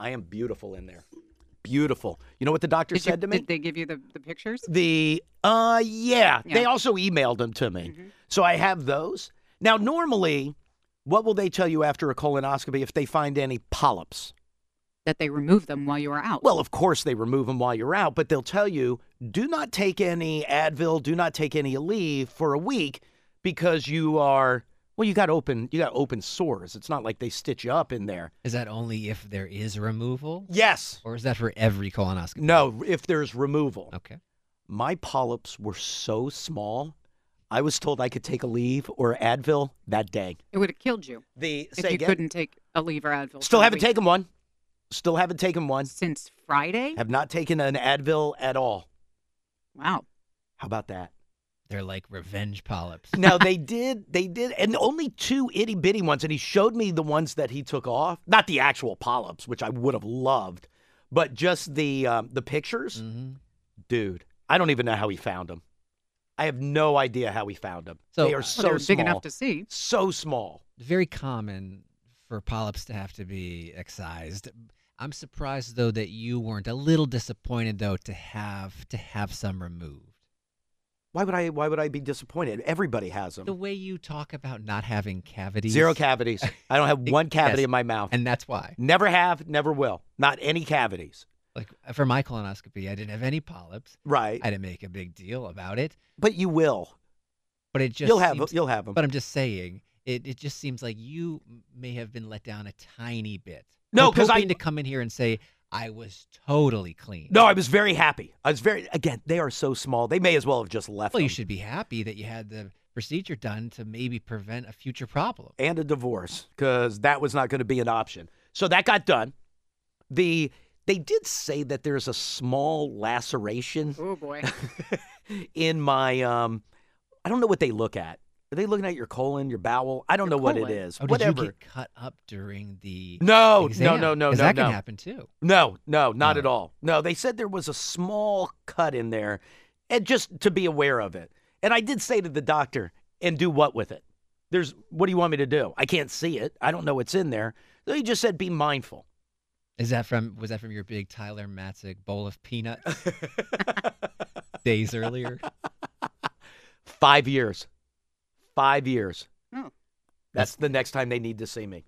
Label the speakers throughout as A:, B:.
A: I am beautiful in there. Beautiful. You know what the doctor
B: Did, you-
A: said to me?
B: did they give you the, the pictures?
A: The uh yeah, they also emailed them to
B: Mm-hmm.
A: me. So I have those. Now normally, what will they tell you after a colonoscopy if they find any polyps?
B: That they removed them while you were out?
A: Well, of course they remove them while you're out, but they'll tell you do not take any Advil, do not take any leave for a week because you are well, you got open you got open sores. It's not like they stitch you up in there.
C: Is that only if there is removal?
A: Yes.
C: Or is that for every colonoscopy?
A: No, if there's removal.
C: Okay.
A: my polyps were so small, I was told I could take a leave or Advil that day.
B: it would have killed you
A: The
B: if you couldn't take a leave or Advil.
A: Still
B: for a
A: haven't
B: week.
A: taken one. Still haven't taken one.
B: since Friday.
A: Have not taken an Advil at all.
B: Wow.
A: How about that?
C: They're like revenge polyps.
A: Now they did, they did, and only two itty bitty ones. And he showed me the ones that he took off, not the actual polyps, which I would have loved, but just the um, the pictures.
C: hmm
A: Dude, I don't even know how he found them. I have no idea how he found them.
C: So-
A: they are
C: Well,
A: so
B: well, they're
A: small,
B: big enough to see.
A: so small.
C: Very common for polyps to have to be excised. I'm surprised though that you weren't a little disappointed though to have to have some removed.
A: Why would I? Why would I be disappointed? Everybody has them.
C: The way you talk about not having cavities.
A: Um, Zero cavities. I don't have one cavity
C: Yes.
A: in my mouth.
C: And that's why.
A: never have, never will. Not any cavities.
C: Like for my colonoscopy, I didn't have any polyps.
A: Right.
C: I didn't make a big deal about it.
A: but you will.
C: But it just
A: You'll have.
C: seems-
A: you'll have them.
C: But I'm just saying, it, it just seems like you m- may have been let down a tiny bit.
A: No,
C: I'm
A: 'cause I-
C: hoping to come in here and say I was totally clean.
A: no, I was very happy. I was very. Again, they are so small. They may as well have just left.
C: well, you
A: them.
C: should be happy that you had the procedure done to maybe prevent a future problem.
A: And a divorce, because that was not going to be an option. So that got done. The they did say that there's a small laceration
B: Oh boy.
A: in my um I don't know what they look at. Are they looking at your colon, your bowel? I don't
B: Your
A: know what it
B: colon.
A: is.
C: Oh, did
A: Whatever.
C: you get cut up during the?
A: no, no,
C: exam?
A: no, no,
C: 'Cause
A: no,
C: that
A: no.
C: can happen Oh. too.
A: No, no, not
C: No.
A: at all. No, they said there was a small cut in there, and just to be aware of it. And I did say to the doctor, "And do what with it? There's what do you want me to do? I can't see it. I don't know what's in there." So he just said, "Be mindful."
C: Is that from? Was that from your big Tyler Matzik bowl of peanuts days earlier?
A: Five years, five years.
B: Oh.
A: That's the next time they need to see me,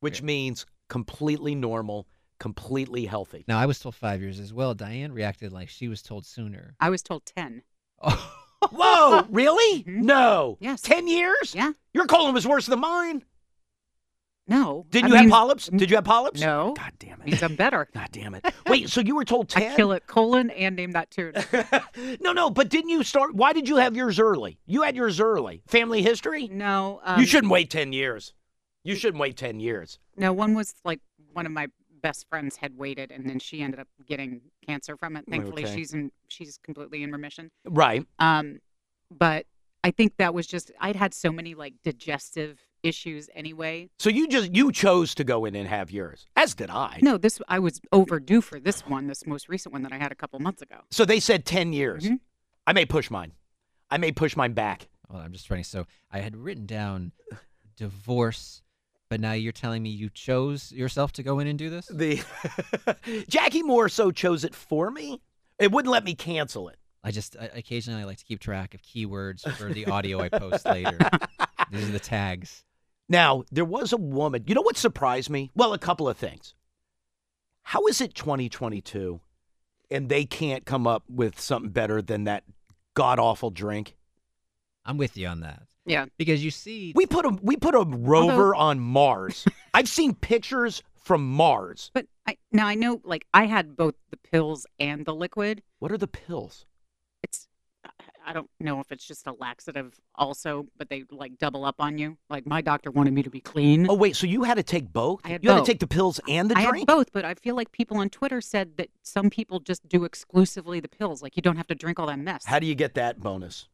A: which
C: Yeah.
A: means completely normal, completely healthy.
C: Now I was told five years as well. Diane reacted like she was told sooner.
B: I was told ten.
C: Oh,
A: Whoa, really?
B: Mhm.
A: No.
B: Yes.
A: Ten years?
B: Yeah.
A: Your colon was worse than mine.
B: No.
A: Didn't
B: I
A: you
B: mean-
A: have polyps? Did you have polyps?
B: No.
A: God damn it.
B: Means I'm better.
A: God damn it. Wait, so you were told
B: I
A: 10?
B: kill it colon and name that tune.
A: no, no, but didn't you start? Why did you have yours early? You had yours early. Family history?
B: No. Um,
A: you shouldn't wait 10 years. You shouldn't wait 10 years.
B: No, one was like one of my best friends had waited, and then she ended up getting cancer from it. Thankfully,
A: Okay.
B: she's in she's completely in remission.
A: Right.
B: Um, but I think that was just I'd had so many like digestive issues anyway.
A: So you just, you chose to go in and have yours, as did I.
B: No, this I was overdue for this one, this most recent one that I had a couple months ago.
A: So they said 10 years.
B: Mhm.
A: I may push mine. I may push mine back.
C: Hold on, I'm just writing. So I had written down divorce, but now you're telling me you chose yourself to go in and do this?
A: The Jackie Moore so chose it for me. It wouldn't let me cancel it.
C: I just I, occasionally I like to keep track of keywords for the audio I post later. These are the tags.
A: Now, there was a woman. You know what surprised me? Well, a couple of things. How is it 2022 and they can't come up with something better than that god awful drink?
C: I'm with you on that
B: Yeah,
C: because you see,
A: We put a we put a rover on Mars. I've seen pictures from Mars.
B: but I now I know like I had both the pills and the liquid.
A: What are the pills?
B: It's I don't know if it's just a laxative also, but they like double up on you. Like my doctor wanted me to be clean.
A: Oh wait, so you had to take both?
B: I had
A: you had
B: both.
A: to take the pills and the
B: I
A: drink?
B: had both, but I feel like people on Twitter said that some people just do exclusively the pills. Like you don't have to drink all that mess.
A: How do you get that bonus?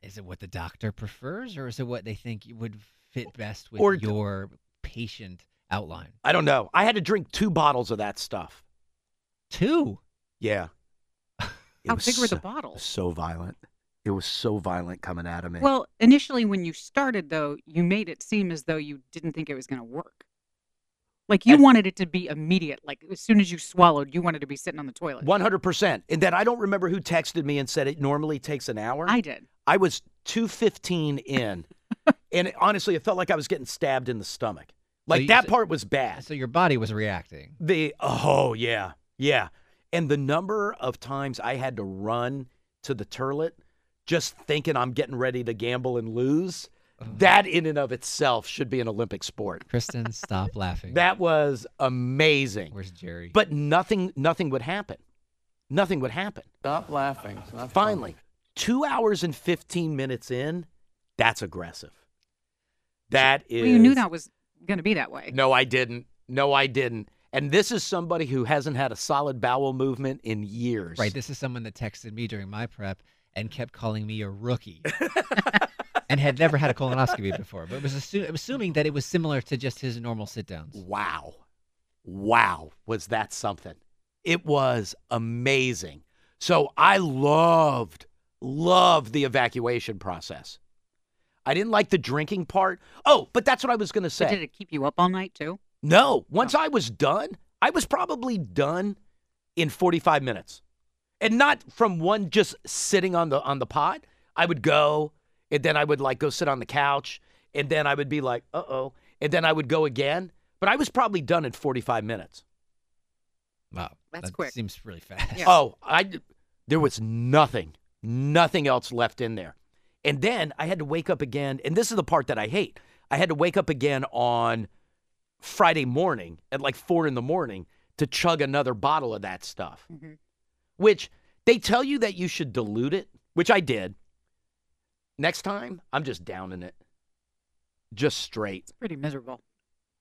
C: Is it what the doctor prefers, or is it what they think you would fit best with
A: Or d-
C: your patient outline?
A: I don't know. I had to drink two bottles of that stuff.
C: Two.
A: Yeah. It
B: How
A: was
B: big were
A: so-
B: the bottles?
A: So violent. It was so violent coming out of me.
B: Well, initially when you started though, you made it seem as though you didn't think it was going to work. Like you
A: And-
B: wanted it to be immediate. Like as soon as you swallowed, you wanted to be sitting on the toilet.
A: One hundred percent. And then I don't remember who texted me and said it normally takes an hour.
B: I did.
A: I was two fifteen in, and it- honestly, it felt like I was getting stabbed in the stomach. Like
C: you-
A: that
C: so-
A: part was bad.
C: So your body was reacting.
A: The oh yeah yeah, and the number of times I had to run to the toilet, just thinking I'm getting ready to gamble and lose.
B: Uh-huh.
C: Ugh.
A: That in and of itself should be an Olympic sport.
C: Kristen, stop laughing.
A: That was amazing.
C: Where's Jerry?
A: But nothing nothing would happen. Nothing would happen.
D: Stop laughing. It's not funny.
A: Finally, two hours and 15 minutes in, that's aggressive. That is.
B: Well, you knew that was going to be that way.
A: No, I didn't. No, I didn't. And this is somebody who hasn't had a solid bowel movement in years.
C: Right. This is someone that texted me during my prep and kept calling me a rookie. and had never had a colonoscopy before, but was assu- assuming that it was similar to just his normal sit downs.
A: Wow. Wow. Was that something? It was amazing. So I loved, loved the evacuation process. I didn't like the drinking part. Oh, but that's what I was going to
B: But
A: say.
B: did it keep you up all night too?
A: No, once I was done, I was probably done in 45 minutes. And not from one just sitting on the on the pot. I would go and then I would like go sit on the couch and then I would be like, "Uh-oh." And then I would go again, but I was probably done in 45 minutes.
C: Wow,
B: That's
C: that
B: quick.
C: Seems really fast.
B: Yeah.
A: Oh, I there was nothing, nothing else left in there. And then I had to wake up again, and this is the part that I hate. I had to wake up again on Friday morning at like four in the morning to chug another bottle of that stuff,
B: Mhm.
A: which they tell you that you should dilute it, which I did. Next time, I'm just downing it. Just straight.
B: Pretty miserable.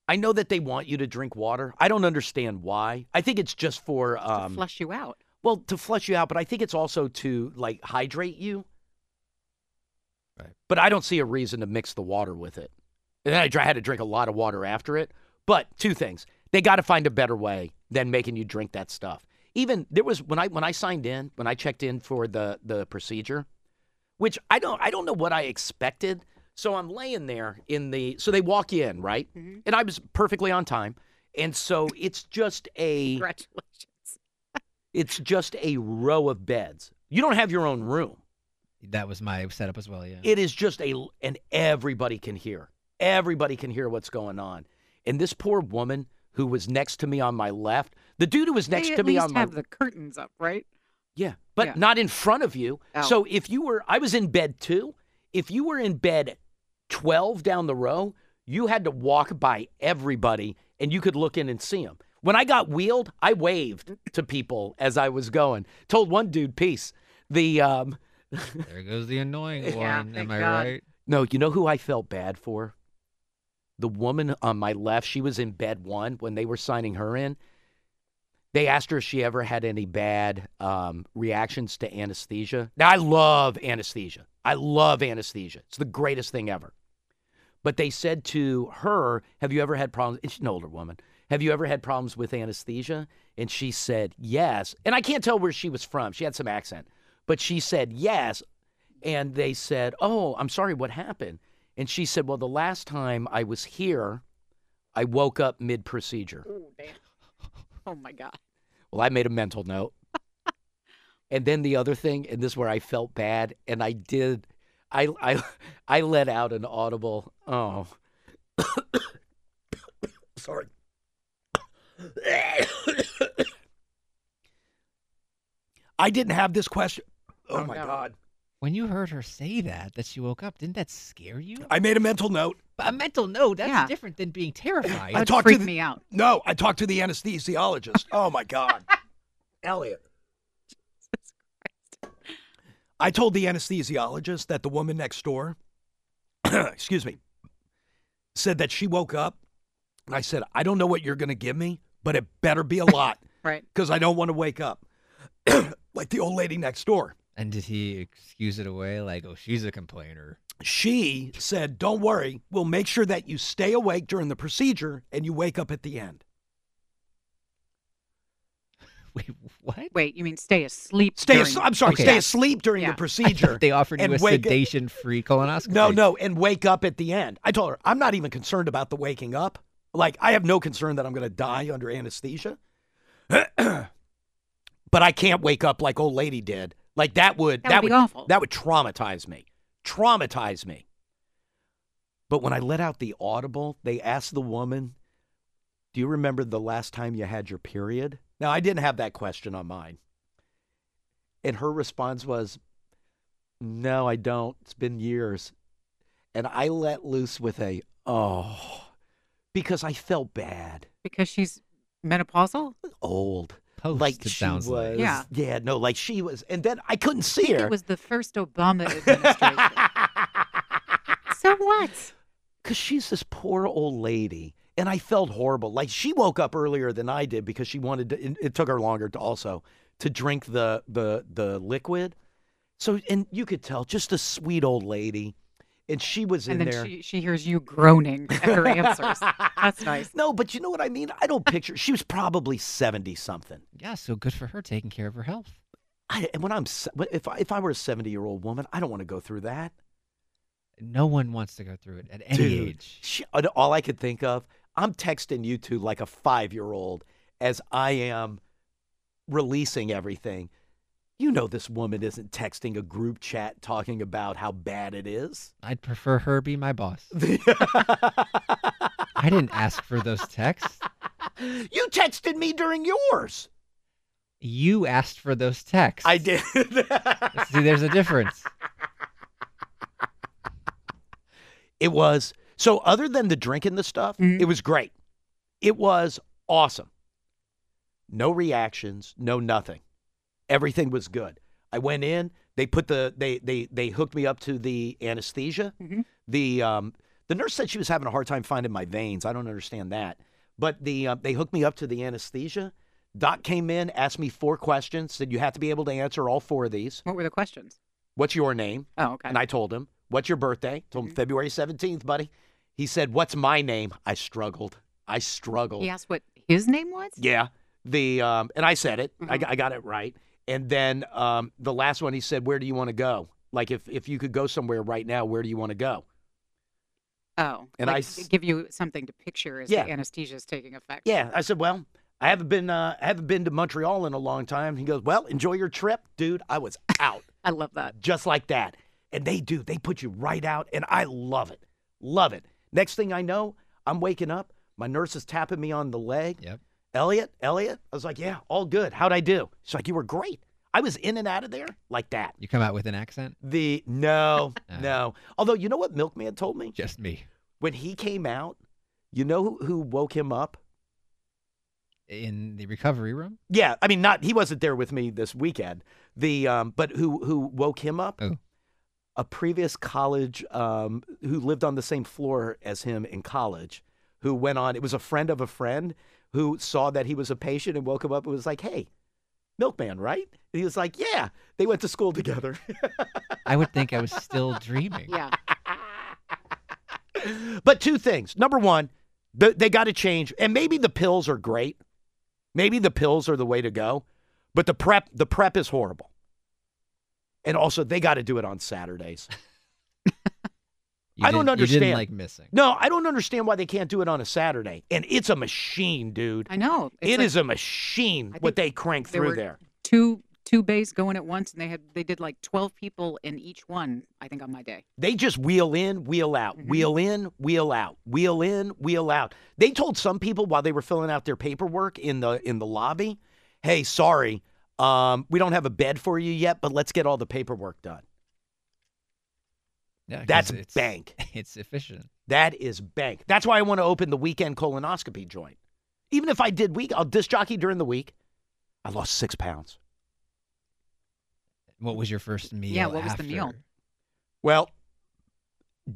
A: I know that they want you to drink water. I don't understand why. I think it's just for
B: to
A: um,
B: flush you out.
A: well, to flush you out, but I think it's also to like hydrate you.
C: Right.
A: But I don't see a reason to mix the water with it. And then I dry, had to drink a lot of water after it. But two things: they got to find a better way than making you drink that stuff. Even there was when I when I signed in, when I checked in for the the procedure, which I don't I don't know what I expected. So I'm laying there in the so they walk you in right, and I was perfectly on time. And so it's just a
B: Congratulations.
A: it's just a row of beds. You don't have your own room.
C: That was my setup as well. Yeah.
A: It is just a, and everybody can hear. Everybody can hear what's going on. And this poor woman who was next to me on my left, the dude who was next
B: they
A: to
B: at
A: me
B: least
A: on my
B: have the curtains up, right?
A: yeah, but
B: Yeah.
A: not in front of you.
B: Oh.
A: So if you were, I was in bed two. If you were in bed 12 down the row, you had to walk by everybody and you could look in and see them. When I got wheeled, I waved to people as I was going. Told one dude, peace. The, um,
C: there goes the annoying
B: Yeah,
C: one. Am
B: thank
C: I
B: God.
C: right?
A: no, you know who I felt bad for? The woman on my left, she was in bed one when they were signing her in. They asked her if she ever had any bad um, reactions to anesthesia. Now, I love anesthesia. I love anesthesia. It's the greatest thing ever. But they said to her, Have you ever had problems? And she's an older woman. Have you ever had problems with anesthesia? And she said, Yes. And I can't tell where she was from. She had some accent. But she said, Yes and they said, "Oh, I'm sorry, what happened?" And she said, "Well, the last time I was here, I woke up mid-procedure."
B: Oh, damn. Oh my God.
A: Well, I made a mental note. and then the other thing, and this is where I felt bad, and I did, I I I let out an audible, "Oh." sorry. I didn't have this question. Oh,
B: Oh,
A: my
B: no.
A: god.
C: When you heard her say that, that she woke up, didn't that scare you?
A: I made a mental note.
C: But a mental note, that's
B: Yeah.
C: different than being
B: That
C: terrified.
B: would
A: talked to
B: freak
A: the-
B: me out.
A: No, I talked to the anesthesiologist. Oh my God. Elliot. I told the anesthesiologist that the woman next door, excuse me, said that she woke up. And I said, I don't know what you're going to give me, but it better be a lot
B: Right.
A: because I don't want to wake up like the old lady next door.
C: And did he excuse it away like, oh, she's a complainer?
A: She said, Don't worry, we'll make sure that you stay awake during the procedure and you wake up at the end.
C: Wait, what?
B: Wait, you mean stay asleep?
A: Stay,
B: during-
A: as- I'm sorry,
C: Okay.
A: stay asleep during
B: Yeah.
A: the
B: I
C: I thought
A: procedure.
C: they offered you
A: and
C: a
A: wake-
C: sedation-free colonoscopy.
A: No, no, and wake up at the end. I told her, I'm not even concerned about the waking up. Like, I have no concern that I'm going to die under anesthesia. but I can't wake up like old lady did. Like, that would,
B: That would be awful.
A: That would traumatize me. Traumatize me. But when I let out the audible, they asked the woman, Do you remember the last time you had your period? Now, I didn't have that question on mine. And her response was, No, I don't. It's been years. And I let loose with a, Oh, because I felt bad,
B: because she's menopausal.
A: old.
C: Post,
A: like
C: it
A: she
C: sounds
A: was.
C: like.
B: Yeah.
A: yeah, no, like she was. And then I couldn't
B: I
A: see
B: think
A: her.
B: it was the first Obama administration. so what?
A: because she's this poor old lady and i felt horrible like she woke up earlier than i did because she wanted to it, it took her longer to also to drink the the the liquid so and you could tell just a sweet old lady and she was
B: And
A: in
B: then
A: there
B: she, she hears you groaning at her answers. That's nice.
A: no but you know what i mean i don't picture she was probably 70 something
C: Yeah, so good for her taking care of her health.
A: I, and when i'm se- when- if I, if I were a 70 year old woman i don't want to go through that
C: No one wants to go through it at any
A: Dude,
C: age.
A: She, and all I could think of, I'm texting you two like a five year old as I am releasing everything. You know, this woman isn't texting a group chat talking about how bad it is.
C: I'd prefer her be my boss. I didn't ask for those texts.
A: you texted me during yours.
C: You asked for those texts.
A: I did.
C: See, there's a difference.
A: It was so other than the drinking the stuff,
B: Mhm.
A: it was great. It was awesome. No reactions, no nothing. Everything was good. I went in, they put the they they they hooked me up to the anesthesia.
B: Mhm.
A: The um the nurse said she was having a hard time finding my veins. I don't understand that. But the uh, they hooked me up to the anesthesia. Doc came in, asked me four questions, said you have to be able to answer all four of these.
B: What were the questions?
A: What's your name?
B: Oh, okay.
A: And I told him, What's your birthday? Told him February 17th, buddy. He said, What's my name? I struggled. I struggled.
B: he asked what his name was.
A: Yeah. The um, and I said it. I,
B: Mhm.
A: g- I got it right. And then um, the last one, he said, "Where do you want to go? Like if if you could go somewhere right now, where do you want to go?"
B: Oh,
A: And I
B: like,
A: s-
B: give you something to picture as
A: Yeah.
B: the anesthesia is taking effect.
A: Yeah. I said, "Well, I haven't been uh, I haven't been to Montreal in a long time." He goes, "Well, enjoy your trip, dude." I was out.
B: I love that.
A: just like that. And they do. They put you right out, and I love it. Love it. Next thing I know, I'm waking up. My nurse is tapping me on the leg.
C: Yep.
A: Elliot, Elliot. I was like, yeah, all good. How'd I do? She's like, you were great. I was in and out of there like that.
C: You come out with an accent?
A: The no,
C: Uh.
A: no. Although, you know what Milkman told me?
C: Just me.
A: When he came out, you know who, who woke him up?
C: In the recovery room?
A: Yeah, I mean, not he wasn't there with me this weekend. The um, but who who woke him up?
C: Who?
A: A previous college um, who lived on the same floor as him in college, who went on. It was a friend of a friend who saw that he was a patient and woke him up and was like, "Hey, milkman, right?" And he was like, "Yeah." They went to school together.
C: I would think I was still dreaming.
B: Yeah.
A: but two things. Number one, th- they got to change, and maybe the pills are great. Maybe the pills are the way to go, but the prep the prep is horrible. And also, they got to do it on Saturdays.
C: You
A: I don't
C: didn't- You
A: understand.
C: didn't like missing.
A: No, I don't understand why they can't do it on a Saturday. And it's a machine, dude.
B: I know.
A: It's
B: like
A: a machine
B: I
A: what
B: think
A: they crank
B: there
A: through
B: were-
A: there.
B: two two bays going at once, and they had they did like twelve people in each one. I think on my day.
A: They just wheel in, wheel out,
B: Mhm.
A: wheel in, wheel out, wheel in, wheel out. They told some people while they were filling out their paperwork in the in the lobby, "Hey, sorry, um, we don't have a bed for you yet, but let's get all the paperwork done."
C: Yeah, 'cause
A: That's
C: it's-
A: bank.
C: It's efficient.
A: That is bank. That's why I want to open the weekend colonoscopy joint. Even if I did week, I'll disc jockey during the week. I lost six pounds.
C: What was your first meal?
B: Yeah, what was the meal?
C: after?
A: Well,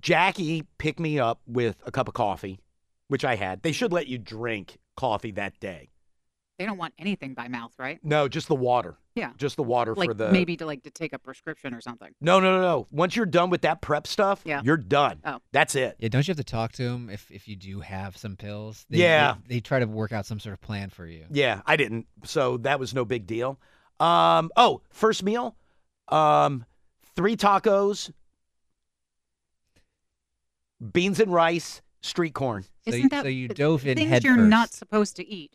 A: Jackie picked me up with a cup of coffee, which I had. They should let you drink coffee that day.
B: They don't want anything by mouth, right?
A: No, just the water.
B: Yeah.
A: Just the water
B: Like
A: for the
B: maybe to like to take a prescription or something.
A: No, no, no, no. Once you're done with that prep stuff,
B: Yeah.
A: you're done.
B: Oh.
A: That's it.
C: Yeah, don't you have to talk to them if, if you do have some pills? They,
A: Yeah.
C: They, they try to work out some sort of plan for you.
A: Yeah, I didn't. So that was no big deal. Um, oh, first meal, um, three tacos, beans and rice, street corn.
C: So,
B: Isn't
C: you,
B: that
C: so you
B: it's
C: dove in
B: things
C: head
B: you're not
C: first,
B: supposed to eat?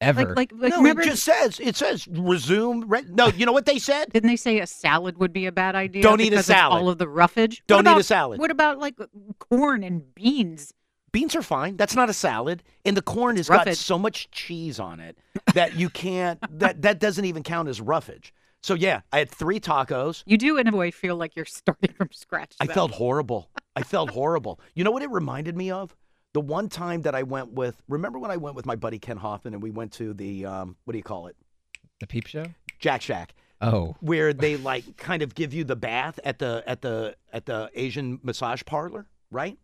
C: ever.
B: Like, like, like
A: no,
B: remember?
A: it just says it says resume. Re- no, you know what they said?
B: Didn't they say a salad would be a bad idea?
A: Don't eat a
B: because of
A: salad.
B: all of the roughage.
A: Don't
B: what
A: eat a
B: about,
A: salad.
B: What about like corn and beans?
A: Beans are fine. That's not a salad, and the corn has got
B: roughage.
A: so much cheese on it that you can't. that that doesn't even count as roughage. So yeah, I had three tacos.
B: You do in a way feel like you're starting from scratch.
A: I
B: though.
A: felt horrible. I felt horrible. You know what it reminded me of? The one time that I went with, remember when I went with my buddy Ken Hoffman and we went to the, um, what do you call it?
C: the peep show?
A: Jack Shack,
C: Oh.
A: where they like kind of give you the bath at the, at the, at the Asian massage parlor, right?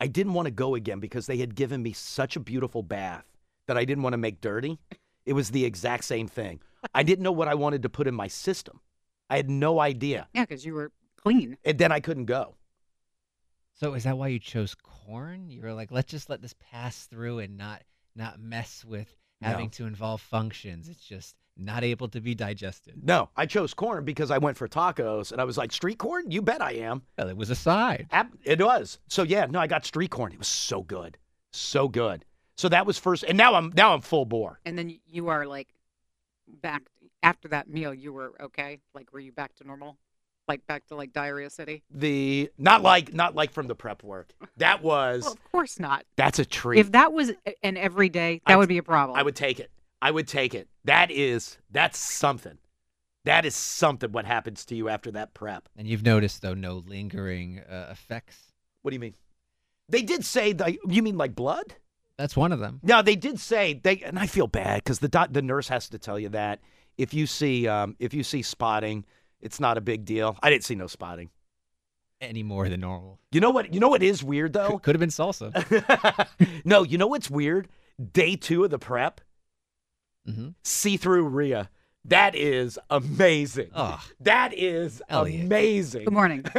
A: I didn't want to go again because they had given me such a beautiful bath that I didn't want to make dirty. It was the exact same thing. I didn't know what I wanted to put in my system. I had no idea.
B: Yeah, because you were clean.
A: And then I couldn't go.
C: So is that why you chose corn? You were like, let's just let this pass through and not not mess with having
A: No.
C: to involve functions. It's just not able to be digested.
A: No, I chose corn because I went for tacos and I was like, street corn? You bet I am.
C: Well, it was a side.
A: Ab- It was. So yeah, no, I got street corn. It was so good. So good. So that was first and now I'm now I'm full bore.
B: And then you are like back after that meal, you were okay? Like, were you back to normal? Like, back to like Diarrhea City?
A: The not like not like from the prep work. That was
B: Well, of course not.
A: that's a treat.
B: If that was a- an everyday, that
A: I-
B: would be a problem.
A: I would take it. I would take it. That is that's something. That is something what happens to you after that prep.
C: And you've noticed though no lingering uh, effects.
A: What do you mean? They did say that you mean like blood?
C: That's one of them.
A: No, they did say they, and I feel bad because the doc, the nurse has to tell you that if you see um, if you see spotting, it's not a big deal. I didn't see no spotting.
C: Any more than normal.
A: You know what? You know what is weird
C: Could-
A: though.
C: Could have been salsa.
A: no, you know what's weird? Day two of the prep,
C: mm-hmm.
A: see through Rhea. That is amazing.
C: Oh,
A: That is
C: Elliot.
A: amazing.
B: Good morning.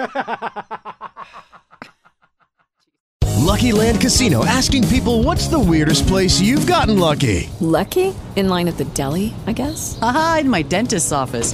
E: Lucky Land Casino asking people what's the weirdest place you've gotten lucky?
F: Lucky? In line at the deli, I guess?
G: Aha, in my dentist's office.